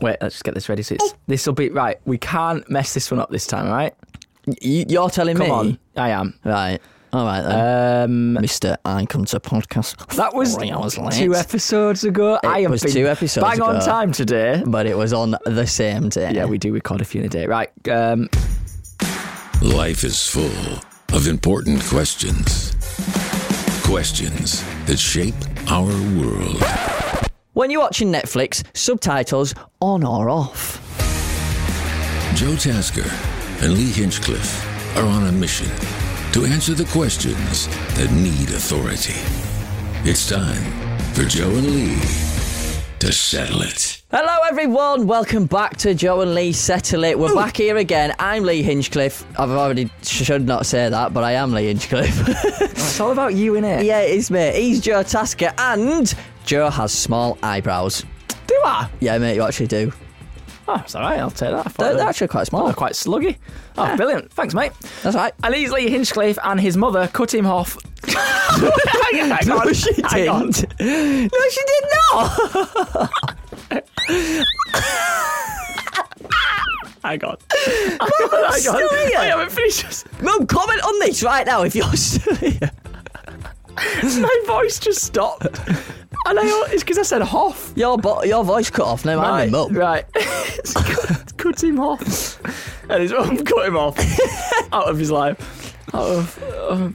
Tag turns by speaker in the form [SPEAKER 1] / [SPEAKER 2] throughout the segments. [SPEAKER 1] Wait, let's just get this ready. So it's, this'll be right. We can't mess this one up this time, right?
[SPEAKER 2] Y- You're telling
[SPEAKER 1] Come
[SPEAKER 2] me?
[SPEAKER 1] on, I am.
[SPEAKER 2] Right. All right then.
[SPEAKER 1] Um,
[SPEAKER 2] Mr. I come to podcast.
[SPEAKER 1] that was
[SPEAKER 2] three hours late.
[SPEAKER 1] two episodes ago. I have
[SPEAKER 2] was
[SPEAKER 1] been
[SPEAKER 2] two episodes
[SPEAKER 1] bang on
[SPEAKER 2] ago.
[SPEAKER 1] time today.
[SPEAKER 2] but it was on the same day.
[SPEAKER 1] Yeah, we do record a few in a day, right? Um,
[SPEAKER 3] Life is full of important questions. Questions that shape our world.
[SPEAKER 2] When you're watching Netflix, subtitles on or off.
[SPEAKER 3] Joe Tasker and Lee Hinchcliffe are on a mission to answer the questions that need authority. It's time for Joe and Lee to settle it.
[SPEAKER 2] Hello, everyone. Welcome back to Joe and Lee Settle It. We're back here again. I'm Lee Hinchcliffe. I've already should not say that, but I am Lee Hinchcliffe.
[SPEAKER 1] it's all about you, innit?
[SPEAKER 2] yeah, it is, mate. He's Joe Tasker, and Joe has small eyebrows.
[SPEAKER 1] Do I?
[SPEAKER 2] Yeah, mate, you actually do.
[SPEAKER 1] Oh, it's all right. I'll take that. I thought
[SPEAKER 2] They're,
[SPEAKER 1] they
[SPEAKER 2] they're
[SPEAKER 1] were-
[SPEAKER 2] actually quite small.
[SPEAKER 1] Oh, quite sluggy. Oh, brilliant. Thanks, mate.
[SPEAKER 2] That's right.
[SPEAKER 1] And he's Lee Hinchcliffe and his mother cut him off. Hang on,
[SPEAKER 2] No, she
[SPEAKER 1] hang on.
[SPEAKER 2] didn't. No, she did not.
[SPEAKER 1] Hang on. Hang on.
[SPEAKER 2] still here.
[SPEAKER 1] I haven't finished this.
[SPEAKER 2] Mum, comment on this right now if you're still here.
[SPEAKER 1] My voice just stopped. And I, it's because I said Hoff.
[SPEAKER 2] Your, bo- your voice cut off. No, I'm
[SPEAKER 1] Right,
[SPEAKER 2] mum.
[SPEAKER 1] right. cut, cut him off. And his mum cut him off out of his life. Out of,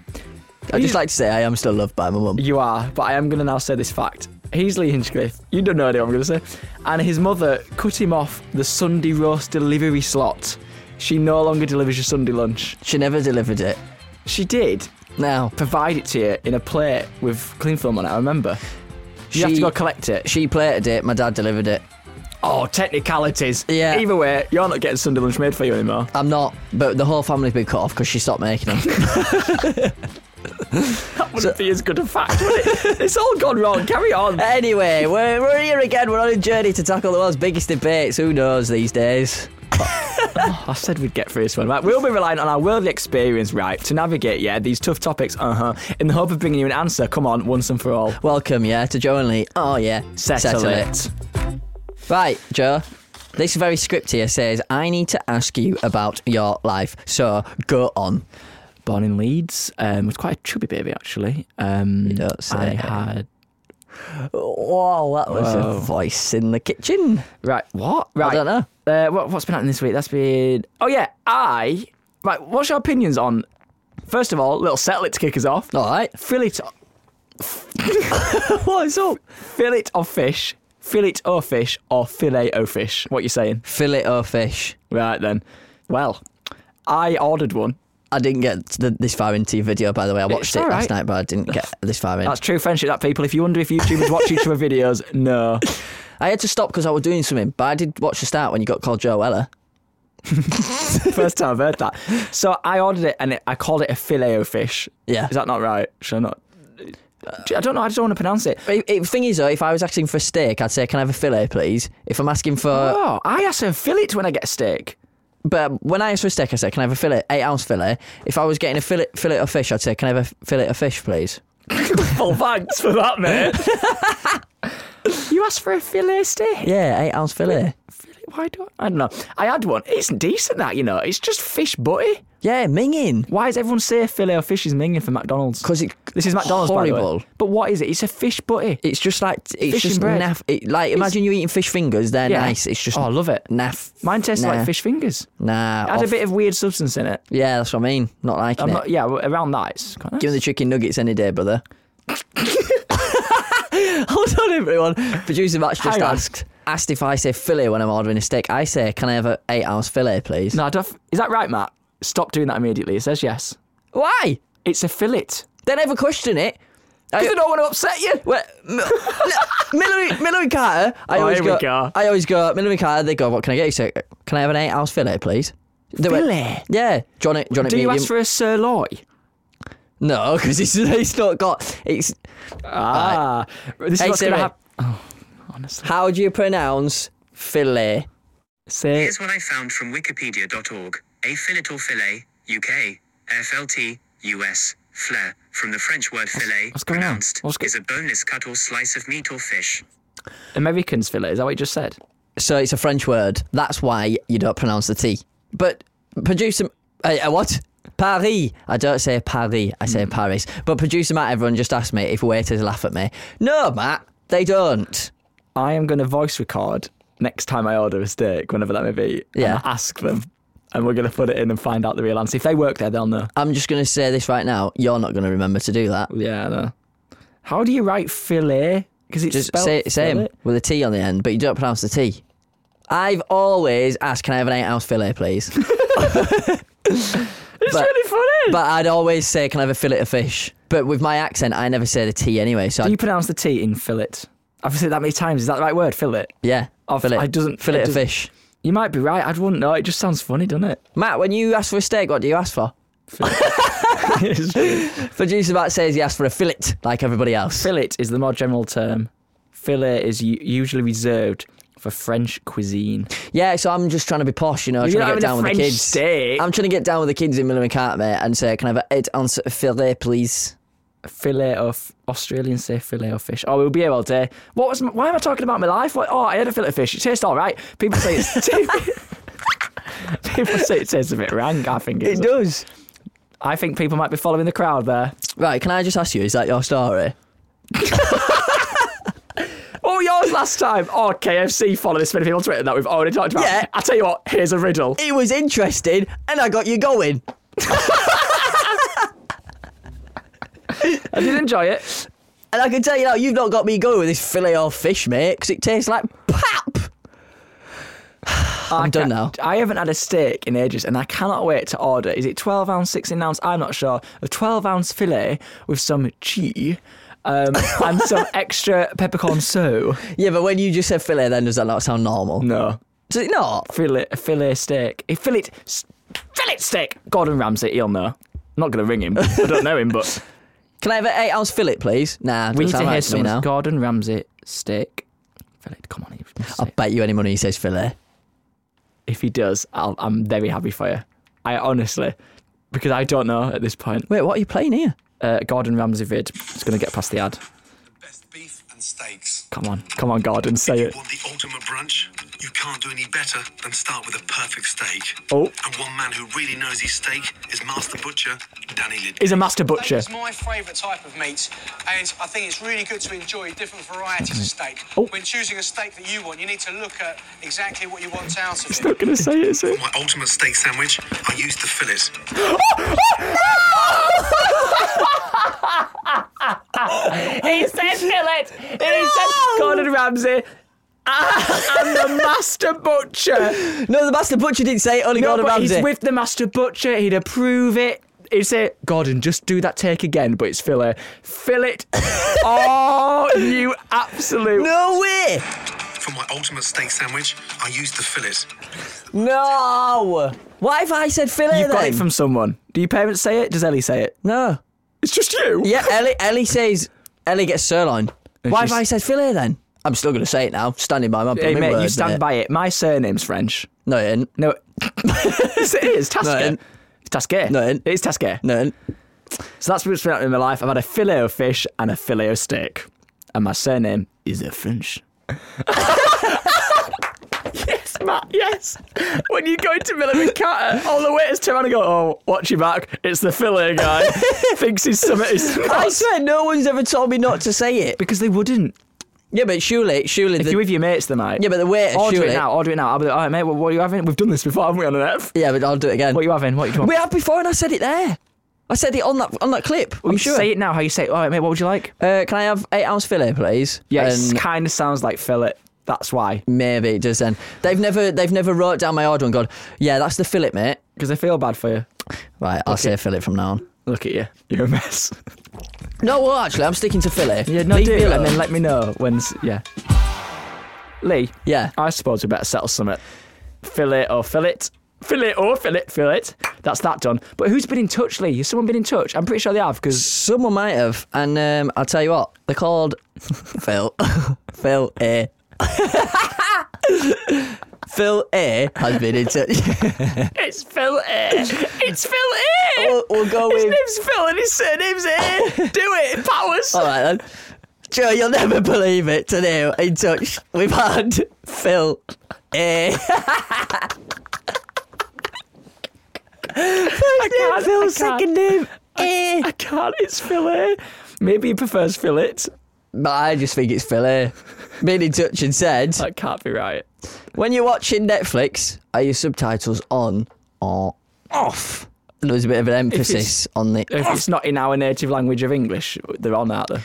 [SPEAKER 2] I'd just like to say I am still loved by my mum.
[SPEAKER 1] You are, but I am going to now say this fact. He's Lee Hinchcliffe. You don't know what I'm going to say. And his mother cut him off the Sunday roast delivery slot. She no longer delivers your Sunday lunch.
[SPEAKER 2] She never delivered it.
[SPEAKER 1] She did
[SPEAKER 2] Now,
[SPEAKER 1] provide it to you in a plate with cling film on it, I remember. You have to
[SPEAKER 2] She-
[SPEAKER 1] go collect it.
[SPEAKER 2] she plated it, my dad delivered it.
[SPEAKER 1] Oh, technicalities.
[SPEAKER 2] Yeah.
[SPEAKER 1] Either way, you're not getting Sunday lunch made for you anymore.
[SPEAKER 2] I'm not, but the whole family's been cut off because she stopped making them.
[SPEAKER 1] That wouldn't be as good a fact, would it? it's all gone wrong. Carry on.
[SPEAKER 2] anyway, we're, we're here again. We're on a journey to tackle the world's biggest debates. Who knows these days?
[SPEAKER 1] I said we'd get through this one, right? We'll be relying on our worldly experience, right, to navigate, yeah, these tough topics, uh huh, in the hope of bringing you an answer. Come on, once and for all.
[SPEAKER 2] Welcome, yeah, to Joe and Lee. Oh, yeah.
[SPEAKER 1] Settle, it.
[SPEAKER 2] Right, Joe. This very script here says, I need to ask you about your life. So go on.
[SPEAKER 1] Born in Leeds, um, was quite a chubby baby, actually. Um,
[SPEAKER 2] don't say.
[SPEAKER 1] I had.
[SPEAKER 2] Whoa, that was
[SPEAKER 1] Whoa.
[SPEAKER 2] a voice in the kitchen.
[SPEAKER 1] Right, what? Right.
[SPEAKER 2] don't know.
[SPEAKER 1] Uh, what, what's been happening this week? That's been. Oh, yeah, I. Right, what's your opinions on. First of all, little settle it to kick us off.
[SPEAKER 2] All right.
[SPEAKER 1] Fillet. What's up? Fillet of fish, fillet o fish, or fillet o fish. What you saying?
[SPEAKER 2] Fillet or fish?
[SPEAKER 1] Right then. Well, I ordered one.
[SPEAKER 2] I didn't get th this far into your video, by the way. I watched
[SPEAKER 1] It's
[SPEAKER 2] it
[SPEAKER 1] all
[SPEAKER 2] last
[SPEAKER 1] right.
[SPEAKER 2] night, but I didn't get this far in.
[SPEAKER 1] That's true friendship, that people. If you wonder if YouTubers watch each other's videos, no.
[SPEAKER 2] I had to stop because I was doing something, but I did watch the start when you got called Joella.
[SPEAKER 1] First time I've heard that. So I ordered it and it, I called it a filet o fish.
[SPEAKER 2] Yeah.
[SPEAKER 1] Is that not right? Should I not? I don't know. I just don't want to pronounce it.
[SPEAKER 2] But The thing is, though, if I was asking for a steak, I'd say, "Can I have a fillet, please?" If I'm asking for,
[SPEAKER 1] oh, I asked for fillet when I get a steak.
[SPEAKER 2] but when I ask for a steak, I say, "Can I have a fillet, eight ounce fillet?" If I was getting a fillet, fillet of fish, I'd say, "Can I have a fillet of fish, please?"
[SPEAKER 1] Well, thanks for that, mate. you asked for a fillet steak.
[SPEAKER 2] Yeah, eight ounce fillet.
[SPEAKER 1] Why don't I don't know? I had one. It's decent that you know. It's just fish butty.
[SPEAKER 2] Yeah, minging.
[SPEAKER 1] Why is everyone say filet of fish is minging for McDonald's?
[SPEAKER 2] Because it,
[SPEAKER 1] this is McDonald's, by the way.
[SPEAKER 2] horrible.
[SPEAKER 1] But what is it? It's a fish butty.
[SPEAKER 2] It's just like it's
[SPEAKER 1] Fish
[SPEAKER 2] just
[SPEAKER 1] and bread.
[SPEAKER 2] naff. It, like imagine you eating fish fingers. They're
[SPEAKER 1] Yeah.
[SPEAKER 2] nice. It's just
[SPEAKER 1] Oh, I love it.
[SPEAKER 2] Naff.
[SPEAKER 1] Mine tastes
[SPEAKER 2] Nah.
[SPEAKER 1] like fish fingers.
[SPEAKER 2] Nah.
[SPEAKER 1] It had a
[SPEAKER 2] off-
[SPEAKER 1] bit of weird substance in it.
[SPEAKER 2] Yeah, that's what I mean. Not liking
[SPEAKER 1] I'm
[SPEAKER 2] it.
[SPEAKER 1] not, yeah, well, around that, it's quite nice.
[SPEAKER 2] Give me the chicken nuggets any day, brother. Hold on, everyone. Producer Max just
[SPEAKER 1] Hang on.
[SPEAKER 2] asked asked if I say fillet when I'm ordering a steak. I say, can I have an eight ounce fillet, please?
[SPEAKER 1] No, I don't, is that right, Matt? Stop doing that immediately. It says yes.
[SPEAKER 2] Why?
[SPEAKER 1] It's a fillet.
[SPEAKER 2] They never question it. I,
[SPEAKER 1] Because I don't want to upset you.
[SPEAKER 2] Well, M- Miller, Miller and Carter. I
[SPEAKER 1] Oh,
[SPEAKER 2] always
[SPEAKER 1] here we
[SPEAKER 2] go,
[SPEAKER 1] go.
[SPEAKER 2] I always go. Miller and Carter. They go. What can I get you? So, can I have an eight ounce fillet, please? They went,
[SPEAKER 1] Fillet?
[SPEAKER 2] yeah. John it. John it.
[SPEAKER 1] Do you
[SPEAKER 2] medium.
[SPEAKER 1] ask for a sirloy?
[SPEAKER 2] No, because it's, it's not got. It's
[SPEAKER 1] Ah, this
[SPEAKER 2] Hey,
[SPEAKER 1] is what's going to
[SPEAKER 2] Siri.
[SPEAKER 1] happen.
[SPEAKER 2] how do you pronounce fillet?
[SPEAKER 1] Say,
[SPEAKER 4] Here's what I found from Wikipedia.org. A fillet or fillet, UK, FLT, US, flair, from the French word fillet,
[SPEAKER 1] what's going on?
[SPEAKER 4] pronounced,
[SPEAKER 1] What's go-
[SPEAKER 4] is a boneless cut or slice of meat or fish.
[SPEAKER 1] Americans fillet. Is that what you just said?
[SPEAKER 2] So it's a French word. That's why you don't pronounce the T. But producer, uh, uh, what? Paris. I don't say Paris. I say Paris. But producer Matt, everyone just asked me if waiters laugh at me. No, Matt, they don't.
[SPEAKER 1] I am going to voice record next time I order a steak, whenever that may be.
[SPEAKER 2] Yeah.
[SPEAKER 1] And ask them. And we're going to put it in and find out the real answer. If they work there, they'll know.
[SPEAKER 2] I'm just going to say this right now. You're not going to remember to do that.
[SPEAKER 1] Yeah, I know. How do you write fillet? Because it's
[SPEAKER 2] Just
[SPEAKER 1] spelled
[SPEAKER 2] say it same
[SPEAKER 1] fillet.
[SPEAKER 2] with a T on the end, but you don't pronounce the T. I've always asked, can I have an eight ounce fillet, please?
[SPEAKER 1] It's
[SPEAKER 2] but-
[SPEAKER 1] really funny.
[SPEAKER 2] but I'd always say, can I have a fillet of fish? But with my accent, I never say the T anyway. So
[SPEAKER 1] do
[SPEAKER 2] I,
[SPEAKER 1] you pronounce the T in fillet? I've said that many times. Is that the right word? Fillet.
[SPEAKER 2] yeah,
[SPEAKER 1] Oh,
[SPEAKER 2] fillet.
[SPEAKER 1] I doesn't-
[SPEAKER 2] fillet
[SPEAKER 1] it
[SPEAKER 2] of
[SPEAKER 1] doesn't-
[SPEAKER 2] fish.
[SPEAKER 1] You might be right. I wouldn't know. It just sounds funny, doesn't it?
[SPEAKER 2] Matt, when you ask for a steak, what do you ask for? Producer Matt says he asked for a fillet, like everybody else.
[SPEAKER 1] fillet is the more general term. Fillet is u- usually reserved for French cuisine.
[SPEAKER 2] Yeah, so I'm just trying to be posh, you know,
[SPEAKER 1] You're
[SPEAKER 2] trying to get
[SPEAKER 1] having a
[SPEAKER 2] down with the
[SPEAKER 1] French
[SPEAKER 2] kids.
[SPEAKER 1] steak.
[SPEAKER 2] I'm trying to get down with the kids in Miller and Cart, mate, and say, can I have an eight ounce fillet, please?
[SPEAKER 1] Fillet of Australians say fillet of fish. Oh, we'll be here all day. What was? m- Why am I talking about my life? What, oh, I had a fillet of fish. It tastes all right. People say it's. people say it tastes a bit rank. I think it,
[SPEAKER 2] does.
[SPEAKER 1] I think people might be following the crowd there.
[SPEAKER 2] Right, can I just ask you, is that your story?
[SPEAKER 1] Oh, yours last time. Oh, KFC follow this many people on Twitter that we've already talked about.
[SPEAKER 2] Yeah.
[SPEAKER 1] I tell you what. Here's a riddle.
[SPEAKER 2] It was interesting, and I got you going.
[SPEAKER 1] I did enjoy it.
[SPEAKER 2] And I can tell you now, you've not got me going with this fillet or fish, mate, because it tastes like pap. I'm done now.
[SPEAKER 1] I haven't had a steak in ages, and I cannot wait to order. Is it 12 ounce, 16 ounce? I'm not sure. A 12 ounce fillet with some cheese um, and some extra peppercorn so.
[SPEAKER 2] Yeah, but when you just said fillet, then does that not sound normal?
[SPEAKER 1] No.
[SPEAKER 2] Does it not?
[SPEAKER 1] Fillet, a fillet steak. A fillet, s- fillet steak. Gordon Ramsay, he'll know. I'm not going to ring him. I don't know him, but
[SPEAKER 2] Can I have an eight ounce fillet, please? Nah,
[SPEAKER 1] we
[SPEAKER 2] doesn't
[SPEAKER 1] need to
[SPEAKER 2] sound
[SPEAKER 1] hear
[SPEAKER 2] right me
[SPEAKER 1] some
[SPEAKER 2] now.
[SPEAKER 1] Gordon Ramsay steak. Fillet, come on. he must
[SPEAKER 2] I
[SPEAKER 1] say it.
[SPEAKER 2] bet you any money he says fillet.
[SPEAKER 1] If he does, I'll, I'm very happy for you. I honestly, because I don't know at this point.
[SPEAKER 2] Wait, what are you playing here?
[SPEAKER 1] uh, Gordon Ramsay vid. It's going to get past the ad.
[SPEAKER 5] Best beef and steaks.
[SPEAKER 1] Come on, come on, Gordon, say
[SPEAKER 5] If
[SPEAKER 1] it.
[SPEAKER 5] you want the ultimate brunch, you can't do any better than start with a perfect steak.
[SPEAKER 1] Oh.
[SPEAKER 5] And one man who really knows his steak is Master Butcher Danny Lid.
[SPEAKER 1] He's a master butcher.
[SPEAKER 6] Steak is my favourite type of meat, and I think it's really good to enjoy different varieties of steak.
[SPEAKER 1] Oh.
[SPEAKER 6] When choosing a steak that you want, you need to look at exactly what you want out of it.
[SPEAKER 1] Not going to say it, is it?
[SPEAKER 5] My ultimate steak sandwich, I used the fillets.
[SPEAKER 1] He said fillet. He said Gordon Ramsay. Ah, and the master butcher.
[SPEAKER 2] No, the master butcher didn't say it, only
[SPEAKER 1] No,
[SPEAKER 2] Gordon
[SPEAKER 1] but
[SPEAKER 2] Ramsay.
[SPEAKER 1] he's with the master butcher. He'd approve it. He'd say, Gordon, just do that take again, but it's fillet. Fillet. oh, you absolute.
[SPEAKER 2] no way!
[SPEAKER 5] For my ultimate steak sandwich, I used the fillets.
[SPEAKER 2] No! What if I said fillet
[SPEAKER 1] You got
[SPEAKER 2] then?
[SPEAKER 1] it from someone. Do your parents say it? Does Ellie say it?
[SPEAKER 2] no.
[SPEAKER 1] It's just you.
[SPEAKER 2] Yeah, Ellie, Ellie says Ellie gets sirloin. Why have
[SPEAKER 1] she's-
[SPEAKER 2] I said fillet then? I'm still going to say it now. Standing by my
[SPEAKER 1] Hey,
[SPEAKER 2] blooming
[SPEAKER 1] mate, you
[SPEAKER 2] word,
[SPEAKER 1] stand
[SPEAKER 2] mate.
[SPEAKER 1] by it. My surname's French.
[SPEAKER 2] No, it ain't.
[SPEAKER 1] No, yes, it is
[SPEAKER 2] No, it
[SPEAKER 1] Tasker.
[SPEAKER 2] ain't.
[SPEAKER 1] It's Tasker.
[SPEAKER 2] No, it ain't.
[SPEAKER 1] it is Tasker.
[SPEAKER 2] No, it ain't.
[SPEAKER 1] So that's what's been happening in my life. I've had a fillet of fish and a fillet of steak, and my surname is a French. yes, Matt, yes. When you go to Miller McCatter, all the waiters turn around and go, oh, watch your back. It's the fillet guy. Thinks he's something. He's
[SPEAKER 2] I swear, no one's ever told me not to say it.
[SPEAKER 1] because they wouldn't.
[SPEAKER 2] Yeah, but surely, surely
[SPEAKER 1] If
[SPEAKER 2] the
[SPEAKER 1] you're with your mates, they might.
[SPEAKER 2] yeah, but the waiter
[SPEAKER 1] Order
[SPEAKER 2] surely.
[SPEAKER 1] it now, order it now. I'll be like, all right, mate, what, what are you having? We've done this before, haven't we, on an F?
[SPEAKER 2] Yeah, but I'll do it again.
[SPEAKER 1] What are you having? What are you doing?
[SPEAKER 2] we have before, and I said it there. I said it on that on that clip. I'm sure.
[SPEAKER 1] Say it now, how you say it. All right, mate, what would you like?
[SPEAKER 2] Uh, can I have eight ounce fillet, please?
[SPEAKER 1] Yes,
[SPEAKER 2] And
[SPEAKER 1] kind of sounds like fillet. That's why.
[SPEAKER 2] maybe it does. Then they've never they've never wrote down my order and gone. Yeah, that's the fillet, mate.
[SPEAKER 1] Because I feel bad for you.
[SPEAKER 2] Right, I'll say fillet from now on.
[SPEAKER 1] Look at you. You're a mess.
[SPEAKER 2] No, well, actually, I'm sticking to fillet.
[SPEAKER 1] Yeah, no,
[SPEAKER 2] Leave
[SPEAKER 1] do
[SPEAKER 2] me
[SPEAKER 1] it
[SPEAKER 2] alone.
[SPEAKER 1] and then let me know when. Yeah. Lee.
[SPEAKER 2] Yeah.
[SPEAKER 1] I suppose we better settle something. Fillet or fillet. Fillet or fillet, fillet. That's that done. But who's been in touch, Lee? Has someone been in touch? I'm pretty sure they have because
[SPEAKER 2] Someone might have, and um, I'll tell you what, they're called Phil. Phil A. Phil A has been in touch.
[SPEAKER 1] it's Phil A. It's Phil A.
[SPEAKER 2] We'll- we'll go
[SPEAKER 1] his
[SPEAKER 2] with-
[SPEAKER 1] name's Phil and his surname's A. Do it, Powers.
[SPEAKER 2] All right then. Joe, you'll never believe it today. In touch, we've had Phil A.
[SPEAKER 1] I can't. I
[SPEAKER 2] Phil's
[SPEAKER 1] can't.
[SPEAKER 2] second name Eh. A.
[SPEAKER 1] I can't. It's Phil A. Maybe he prefers fillet.
[SPEAKER 2] But I just think it's Phil A. Been in touch and said,
[SPEAKER 1] That can't be right.
[SPEAKER 2] when you're watching Netflix, are your subtitles on or off? There was a bit of an emphasis on the
[SPEAKER 1] If it's not in our native language of English, they're on, aren't they?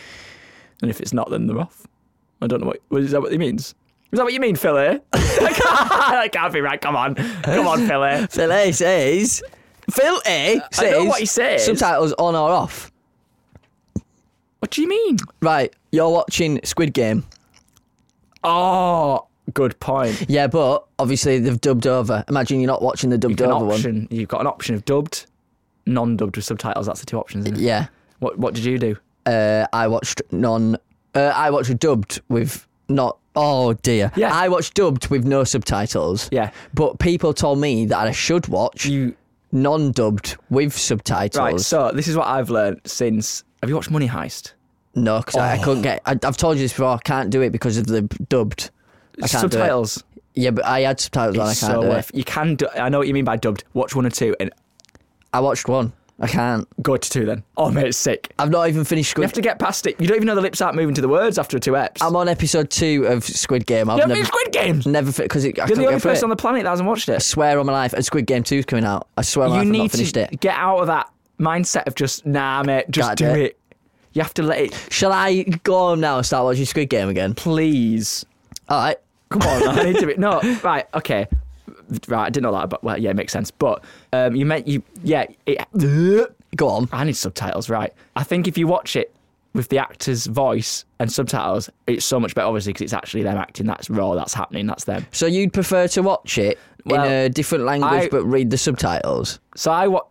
[SPEAKER 1] And if it's not, then they're off. I don't know what. what- Is that what he means? Is that what you mean, Philly? that can't be right. Come on. Come on, Philly.
[SPEAKER 2] Phil A says. Phil A says.
[SPEAKER 1] know what he says.
[SPEAKER 2] Subtitles on or off.
[SPEAKER 1] What do you mean?
[SPEAKER 2] Right, you're watching Squid Game.
[SPEAKER 1] Oh, good point.
[SPEAKER 2] Yeah, but obviously they've dubbed over. Imagine you're not watching the dubbed
[SPEAKER 1] An
[SPEAKER 2] over one.
[SPEAKER 1] option. You've got an option of dubbed, non dubbed with subtitles. That's the two options, isn't it?
[SPEAKER 2] Yeah,
[SPEAKER 1] What, what did you do?
[SPEAKER 2] uh, I watched non. Uh, I watched dubbed with not. Oh dear.
[SPEAKER 1] Yeah.
[SPEAKER 2] I watched dubbed with no subtitles.
[SPEAKER 1] Yeah.
[SPEAKER 2] But people told me that I should watch
[SPEAKER 1] You
[SPEAKER 2] non-dubbed with subtitles.
[SPEAKER 1] Right, so this is what I've learned since. Have you watched Money Heist?
[SPEAKER 2] No, because
[SPEAKER 1] Oh.
[SPEAKER 2] I, I couldn't get. I, I've told you this before. I can't do it because of the dubbed. I can't
[SPEAKER 1] subtitles.
[SPEAKER 2] Do it. Yeah, but I had subtitles on. I can't
[SPEAKER 1] It's so
[SPEAKER 2] do
[SPEAKER 1] worth-
[SPEAKER 2] it.
[SPEAKER 1] You can. Du- I know what you mean by dubbed. Watch one or two and
[SPEAKER 2] I watched one. I can't.
[SPEAKER 1] go to two then. Oh mate, it's sick.
[SPEAKER 2] I've not even finished
[SPEAKER 1] You
[SPEAKER 2] Squid.
[SPEAKER 1] have to get past it. You don't even know the lips aren't moving to the words after two eps.
[SPEAKER 2] I'm on episode two of Squid Game. I've
[SPEAKER 1] you haven't
[SPEAKER 2] never,
[SPEAKER 1] been Squid Games.
[SPEAKER 2] never because I
[SPEAKER 1] You're
[SPEAKER 2] couldn't
[SPEAKER 1] the only
[SPEAKER 2] get through
[SPEAKER 1] person
[SPEAKER 2] it.
[SPEAKER 1] on the planet that hasn't watched
[SPEAKER 2] I
[SPEAKER 1] it.
[SPEAKER 2] swear on my life, and Squid Game two is coming out. I swear on my
[SPEAKER 1] You
[SPEAKER 2] life, I've
[SPEAKER 1] need
[SPEAKER 2] not finished
[SPEAKER 1] to
[SPEAKER 2] it.
[SPEAKER 1] get out of that mindset of just nah, mate. Just
[SPEAKER 2] Can't
[SPEAKER 1] do
[SPEAKER 2] do
[SPEAKER 1] it.
[SPEAKER 2] it.
[SPEAKER 1] You have to let it.
[SPEAKER 2] Shall I go home now and start watching Squid Game again?
[SPEAKER 1] Please,
[SPEAKER 2] All right.
[SPEAKER 1] come on. I need to be. No, right, okay, right. I didn't know that, but well, yeah, it makes sense. But um, you meant you, yeah. It,
[SPEAKER 2] Go on.
[SPEAKER 1] I need subtitles, right? I think if you watch it with the actor's voice and subtitles, it's so much better, obviously, because it's actually them acting. That's raw. That's happening. That's them.
[SPEAKER 2] So you'd prefer to watch it
[SPEAKER 1] Well,
[SPEAKER 2] in a different language
[SPEAKER 1] I-
[SPEAKER 2] but read the subtitles?
[SPEAKER 1] So I wa-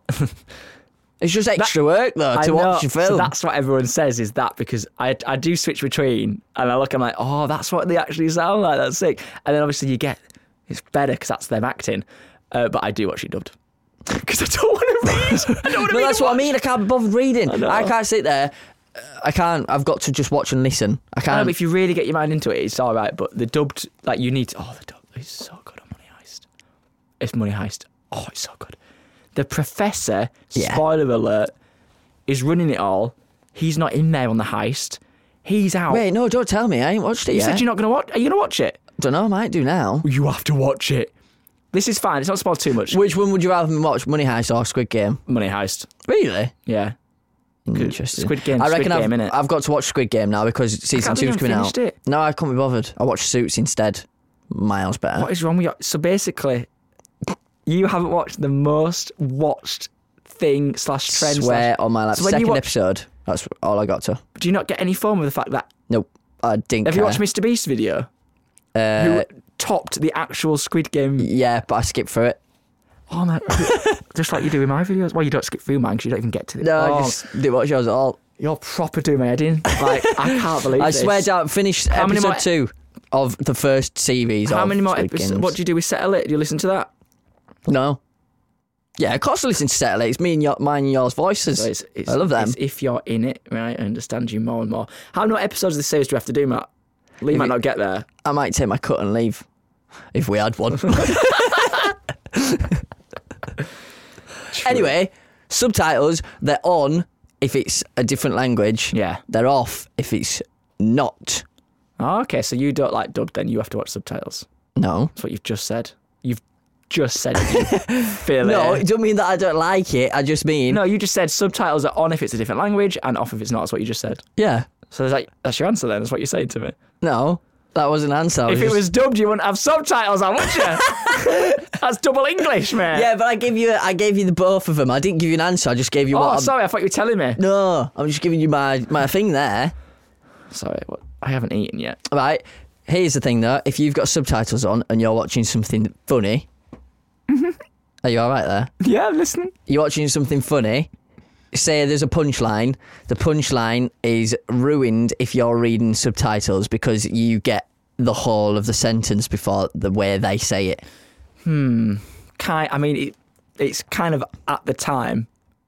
[SPEAKER 2] It's just extra work though Uh, to
[SPEAKER 1] I know-
[SPEAKER 2] watch a film.
[SPEAKER 1] So that's what everyone says is that because I I do switch between and I look, I'm like, oh, that's what they actually sound like. That's sick. And then obviously you get it's better because that's them acting. Uh, but I do watch it dubbed because I don't want to read. I don't want
[SPEAKER 2] but
[SPEAKER 1] to read.
[SPEAKER 2] that's
[SPEAKER 1] and
[SPEAKER 2] what I
[SPEAKER 1] watch.
[SPEAKER 2] mean. I can't be bothered reading.
[SPEAKER 1] know.
[SPEAKER 2] I, can't sit there. Uh, I can't. I've got to just watch and listen. I
[SPEAKER 1] I know,
[SPEAKER 2] can't.
[SPEAKER 1] but Um, if you really get your mind into it, it's all right. But the dubbed, like you need to. Oh, the dubbed is so good on Money Heist. It's Money Heist. Oh, it's so good. The professor,
[SPEAKER 2] Yeah.
[SPEAKER 1] spoiler alert, is running it all. He's not in there on the heist. He's out.
[SPEAKER 2] Wait, no, don't tell me. I ain't watched it
[SPEAKER 1] you
[SPEAKER 2] yet.
[SPEAKER 1] said you're not going to watch. Are you going to watch it?
[SPEAKER 2] Don't know. I might do now.
[SPEAKER 1] You have to watch it. This is fine. It's not spoiled too much.
[SPEAKER 2] Which one would you rather me watch, Money Heist or Squid Game?
[SPEAKER 1] Money Heist.
[SPEAKER 2] Really?
[SPEAKER 1] Yeah.
[SPEAKER 2] Interesting.
[SPEAKER 1] Squid Game, Squid Game,
[SPEAKER 2] I've,
[SPEAKER 1] innit?
[SPEAKER 2] I've got to watch Squid Game now because season
[SPEAKER 1] believe
[SPEAKER 2] two's
[SPEAKER 1] you
[SPEAKER 2] coming out.
[SPEAKER 1] finished it.
[SPEAKER 2] No, I can't be bothered. I watch Suits instead. Miles better.
[SPEAKER 1] What is wrong with you? So basically, you haven't watched the most watched thing slash trend.
[SPEAKER 2] Swear
[SPEAKER 1] slash-
[SPEAKER 2] on my life.
[SPEAKER 1] So when you
[SPEAKER 2] Second
[SPEAKER 1] watch-
[SPEAKER 2] episode. That's all I got to.
[SPEAKER 1] Do you not get any form of the fact that
[SPEAKER 2] Nope. I didn't
[SPEAKER 1] Have
[SPEAKER 2] care.
[SPEAKER 1] you watched Mr. Beast video?
[SPEAKER 2] Uh,
[SPEAKER 1] Who topped the actual Squid Game?
[SPEAKER 2] Yeah, but I skipped through it.
[SPEAKER 1] Oh my! just like you do with my videos. Well, you don't skip through mine because you don't even get to the.
[SPEAKER 2] No,
[SPEAKER 1] oh,
[SPEAKER 2] I just didn't watch yours at all.
[SPEAKER 1] you're proper doing my head in. Like I can't believe.
[SPEAKER 2] I
[SPEAKER 1] this.
[SPEAKER 2] swear down. Finished
[SPEAKER 1] How many
[SPEAKER 2] episode
[SPEAKER 1] more-
[SPEAKER 2] two of the first series.
[SPEAKER 1] How
[SPEAKER 2] of
[SPEAKER 1] many more
[SPEAKER 2] Squid
[SPEAKER 1] episodes?
[SPEAKER 2] Games.
[SPEAKER 1] What do you do with Settle It? Do you listen to that?
[SPEAKER 2] No. Yeah, of course I listen to Settle It. It's me and your, mine and yours voices.
[SPEAKER 1] So it's- it's-
[SPEAKER 2] I love them.
[SPEAKER 1] it's if you're in it, right? I understand you more and more. How many episodes of this series do you have to do, Matt? Lee might not get there.
[SPEAKER 2] I might take my cut and leave. if we had one. anyway, subtitles, they're on if it's a different language.
[SPEAKER 1] Yeah.
[SPEAKER 2] They're off if it's not.
[SPEAKER 1] Oh, okay, so you don't like dubbed, then you have to watch subtitles.
[SPEAKER 2] No.
[SPEAKER 1] That's what you've just said. You've just said it. you Feel
[SPEAKER 2] No,
[SPEAKER 1] it.
[SPEAKER 2] it don't mean that I don't like it. I just mean
[SPEAKER 1] No, you just said subtitles are on if it's a different language and off if it's not. That's what you just said.
[SPEAKER 2] yeah.
[SPEAKER 1] So that's like, that's your answer then. That's what you're saying to me.
[SPEAKER 2] No. That was an answer. I
[SPEAKER 1] if it
[SPEAKER 2] just-
[SPEAKER 1] was dubbed, you wouldn't have subtitles on, would you? that's double English, man.
[SPEAKER 2] Yeah, but I gave you I gave you the both of them. I didn't give you an answer. I just gave you
[SPEAKER 1] Oh,
[SPEAKER 2] what I'm-
[SPEAKER 1] sorry. I thought you were telling me.
[SPEAKER 2] No, I'm just giving you my my thing there.
[SPEAKER 1] Sorry, what? I haven't eaten yet.
[SPEAKER 2] Right. Here's the thing though. If you've got subtitles on and you're watching something funny, are you all right there?
[SPEAKER 1] Yeah, I'm listening.
[SPEAKER 2] You're watching something funny. Say there's a punchline. The punchline is ruined if you're reading subtitles because you get the whole of the sentence before the way they say it.
[SPEAKER 1] Kind. I mean, it, it's kind of at the time,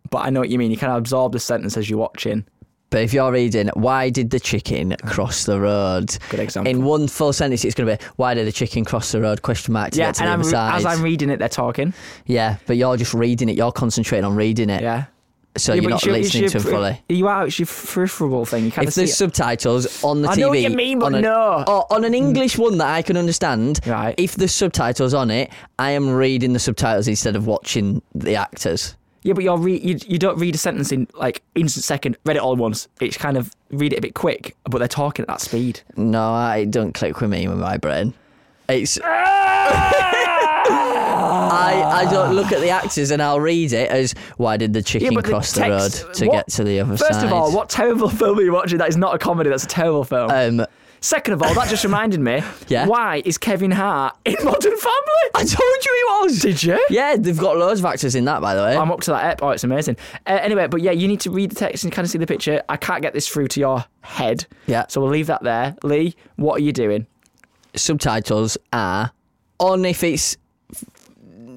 [SPEAKER 1] but I know what you mean. You kind of absorb the sentence as you're watching.
[SPEAKER 2] But if you're reading, why did the chicken cross the road?
[SPEAKER 1] Good example.
[SPEAKER 2] In one full sentence, it's going to be, why did the chicken cross the road? Question mark to
[SPEAKER 1] Yeah,
[SPEAKER 2] get to
[SPEAKER 1] and
[SPEAKER 2] the
[SPEAKER 1] I'm,
[SPEAKER 2] other side.
[SPEAKER 1] as I'm reading it, they're talking.
[SPEAKER 2] yeah, but you're just reading it. You're concentrating on reading it.
[SPEAKER 1] Yeah.
[SPEAKER 2] So
[SPEAKER 1] Yeah,
[SPEAKER 2] you're
[SPEAKER 1] but
[SPEAKER 2] not
[SPEAKER 1] it's your- it's
[SPEAKER 2] listening
[SPEAKER 1] your
[SPEAKER 2] to it
[SPEAKER 1] per-
[SPEAKER 2] fully.
[SPEAKER 1] You are. It's your peripheral thing. You kind
[SPEAKER 2] If
[SPEAKER 1] of see
[SPEAKER 2] there's
[SPEAKER 1] it.
[SPEAKER 2] subtitles on the
[SPEAKER 1] I
[SPEAKER 2] TV,
[SPEAKER 1] know what you mean, but
[SPEAKER 2] on a-
[SPEAKER 1] no. Mm.
[SPEAKER 2] or on an English one that I can understand,
[SPEAKER 1] Right.
[SPEAKER 2] if there's subtitles on it, I am reading the subtitles instead of watching the actors.
[SPEAKER 1] Yeah, but you're re- you you don't read a sentence in like instant second. Read it all once. It's kind of read it a bit quick, but they're talking at that speed.
[SPEAKER 2] No, I it don't click with me with my brain. It's I, I don't look at the actors and I'll read it as why did the chicken
[SPEAKER 1] but the
[SPEAKER 2] cross the,
[SPEAKER 1] text-
[SPEAKER 2] road to
[SPEAKER 1] what-
[SPEAKER 2] get to the other side?
[SPEAKER 1] First of all, what terrible film are you watching? That is not a comedy. That's a terrible film.
[SPEAKER 2] Um,
[SPEAKER 1] Second of all, that just reminded me.
[SPEAKER 2] Yeah?
[SPEAKER 1] Why is Kevin Hart in Modern Family? I told you he was. Did you?
[SPEAKER 2] yeah, they've got loads of actors in that, by the way.
[SPEAKER 1] I'm up to that ep. Oh, it's amazing. Uh, anyway, but yeah, you need to read the text and kind of see the picture. I can't get this through to your head.
[SPEAKER 2] Yeah.
[SPEAKER 1] So we'll leave that there. Lee, what are you doing?
[SPEAKER 2] Subtitles are on if it's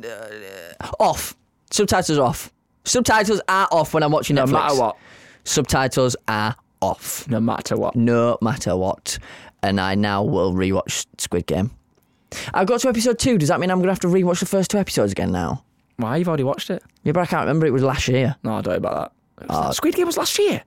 [SPEAKER 2] uh, off. Subtitles are off. Subtitles are off when I'm watching
[SPEAKER 1] No
[SPEAKER 2] Netflix.
[SPEAKER 1] matter what.
[SPEAKER 2] Subtitles are off,
[SPEAKER 1] No matter what.
[SPEAKER 2] no matter what. And I now will rewatch Squid Game. I've got to episode two. Does that mean I'm going to have to rewatch the first two episodes again now?
[SPEAKER 1] Why? You've already watched it?
[SPEAKER 2] Yeah, but I can't remember. It was last year.
[SPEAKER 1] No, I don't know about that. It
[SPEAKER 2] Ah.
[SPEAKER 1] was- Squid Game was last year.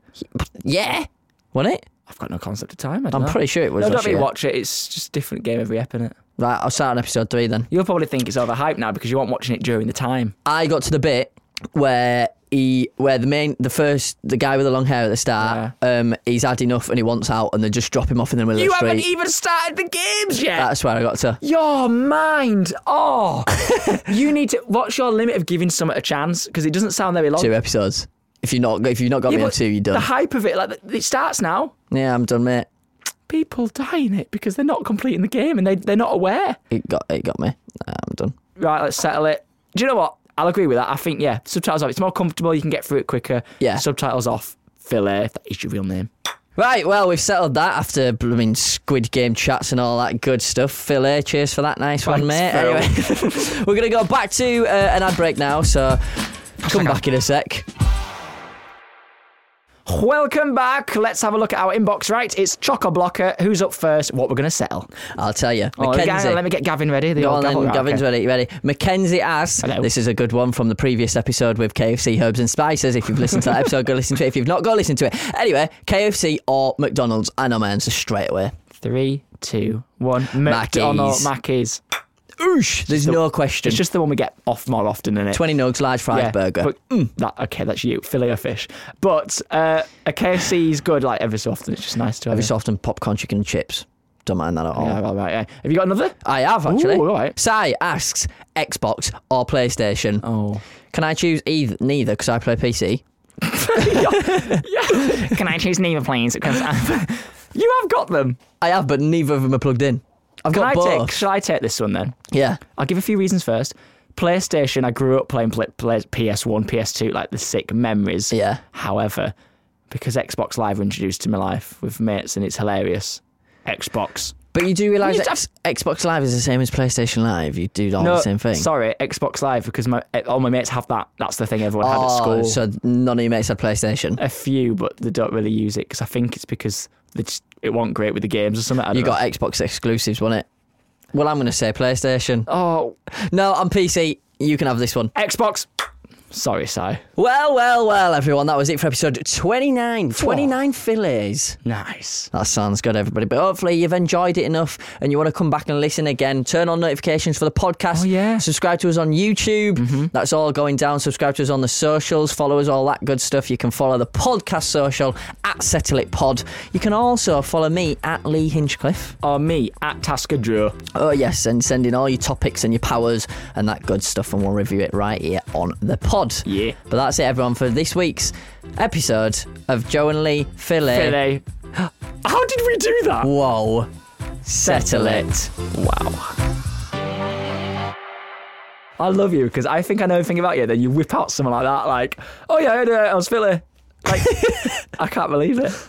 [SPEAKER 2] Yeah, wasn't it?
[SPEAKER 1] I've got no concept of time. I don't
[SPEAKER 2] I'm
[SPEAKER 1] know.
[SPEAKER 2] pretty sure it was
[SPEAKER 1] No,
[SPEAKER 2] last
[SPEAKER 1] don't
[SPEAKER 2] year.
[SPEAKER 1] watch it. It's just a different game every ep, innit?
[SPEAKER 2] Right, I'll start on episode three then.
[SPEAKER 1] You'll probably think it's overhyped now because you weren't watching it during the time.
[SPEAKER 2] I got to the bit where he, where the main, the first, the guy with the long hair at the start, um, he's had enough and he wants out, and they just drop him off in the middle
[SPEAKER 1] You
[SPEAKER 2] of the
[SPEAKER 1] haven't
[SPEAKER 2] street.
[SPEAKER 1] even started the games yet.
[SPEAKER 2] That's where I got to.
[SPEAKER 1] your mind. Oh, you need to. What's your limit of giving something a chance? Because it doesn't sound very long.
[SPEAKER 2] Two episodes. If you not, if you've not got
[SPEAKER 1] Yeah,
[SPEAKER 2] me on
[SPEAKER 1] but
[SPEAKER 2] two, you're
[SPEAKER 1] The
[SPEAKER 2] done.
[SPEAKER 1] hype of it, like it starts now.
[SPEAKER 2] yeah, I'm done, mate.
[SPEAKER 1] People die in it because they're not completing the game and they they're not aware.
[SPEAKER 2] It got, it got me. Nah, I'm done.
[SPEAKER 1] Right, let's settle it. Do you know what? I'll agree with that. I think yeah, subtitles off. It's more comfortable. You can get through it quicker.
[SPEAKER 2] Yeah.
[SPEAKER 1] subtitles off. Filet, if that is your real name.
[SPEAKER 2] Right, well, we've settled that after blooming Squid Game chats and all that good stuff. Phil, eh, cheers for that nice one, mate. Anyway, we're going to go back to uh, an ad break now, so come back in a sec.
[SPEAKER 1] Welcome back. Let's have a look at our inbox. Right, it's Choco Blocker. Who's up first? What we're gonna settle?
[SPEAKER 2] I'll tell you.
[SPEAKER 1] Oh,
[SPEAKER 2] Mackenzie.
[SPEAKER 1] Gavin, let me get Gavin ready. The
[SPEAKER 2] Go
[SPEAKER 1] old
[SPEAKER 2] on
[SPEAKER 1] Gavin.
[SPEAKER 2] then,
[SPEAKER 1] Right,
[SPEAKER 2] Gavin's
[SPEAKER 1] okay.
[SPEAKER 2] ready. You ready? Mackenzie asks,
[SPEAKER 1] eh? Hello.
[SPEAKER 2] this is a good one from the previous episode with KFC Herbs and Spices. If you've listened to that episode, go listen to it. If you've not, go listen to it. Anyway, KFC or McDonald's? I know my answer straight away.
[SPEAKER 1] Three, two, one. McDonald's Mackies.
[SPEAKER 2] Oosh, there's no question.
[SPEAKER 1] It's just the one we get off more often, isn't it?
[SPEAKER 2] 20 nugs, large fried burger. Mm.
[SPEAKER 1] But, that, okay, that's you, filet of fish. But uh, a KFC is good, like every so often. It's just nice to have
[SPEAKER 2] Every
[SPEAKER 1] it.
[SPEAKER 2] so often, popcorn, chicken, and chips. Don't mind that at all.
[SPEAKER 1] Yeah, all right, yeah. Have you got another?
[SPEAKER 2] I have actually.
[SPEAKER 1] Ooh, all right.
[SPEAKER 2] Sai asks Xbox or PlayStation.
[SPEAKER 1] Oh.
[SPEAKER 2] Can I choose either? Neither, because I play PC.
[SPEAKER 1] Can I choose neither, please? Because you have got them.
[SPEAKER 2] I have, but neither of them are plugged in. I've
[SPEAKER 1] Can
[SPEAKER 2] got
[SPEAKER 1] I
[SPEAKER 2] both.
[SPEAKER 1] take? Shall I take this one then?
[SPEAKER 2] Yeah.
[SPEAKER 1] I'll give a few reasons first. PlayStation, I grew up playing play, play, PS1, PS2, like the sick memories.
[SPEAKER 2] Yeah.
[SPEAKER 1] However, because Xbox Live were introduced to my life with mates and it's hilarious, Xbox.
[SPEAKER 2] But you do realise
[SPEAKER 1] You
[SPEAKER 2] that
[SPEAKER 1] just-
[SPEAKER 2] Xbox Live is the same as PlayStation Live. You do all Oh, the same thing.
[SPEAKER 1] Sorry, Xbox Live because my eh, all my mates have that. That's the thing everyone had at
[SPEAKER 2] Oh,
[SPEAKER 1] school.
[SPEAKER 2] so none of your mates had PlayStation.
[SPEAKER 1] a few, but they don't really use it because I think it's because they just, it wasn't great with the games or something. I don't
[SPEAKER 2] You
[SPEAKER 1] know.
[SPEAKER 2] got Xbox exclusives, wasn't it? Well, I'm going to say PlayStation.
[SPEAKER 1] Oh,
[SPEAKER 2] No, on PC, you can have this one.
[SPEAKER 1] Xbox. Sorry, Si.
[SPEAKER 2] Well, well, well, everyone, that was it for episode 29. 29 fillets.
[SPEAKER 1] Nice.
[SPEAKER 2] That sounds good, everybody. But hopefully you've enjoyed it enough and you want to come back and listen again. Turn on notifications for the podcast.
[SPEAKER 1] Oh, yeah.
[SPEAKER 2] Subscribe to us on YouTube. That's all going down. Subscribe to us on the socials. Follow us, all that good stuff. You can follow the podcast social at Settle It Pod. You can also follow me at Lee Hinchcliffe.
[SPEAKER 1] Or Oh, me at Tasker Drew.
[SPEAKER 2] Oh, yes, and send in all your topics and your powers and that good stuff, and we'll review it right here on the pod.
[SPEAKER 1] Yeah.
[SPEAKER 2] But that's it, everyone, for this week's episode of Joe and Lee Fillet.
[SPEAKER 1] Billy. How did we do that?
[SPEAKER 2] Whoa. Settle it.
[SPEAKER 1] Wow. I love you because I think I know everything about you. Then you whip out something like that, like, oh yeah, I, heard, uh, I was Philly. Like, I can't believe it.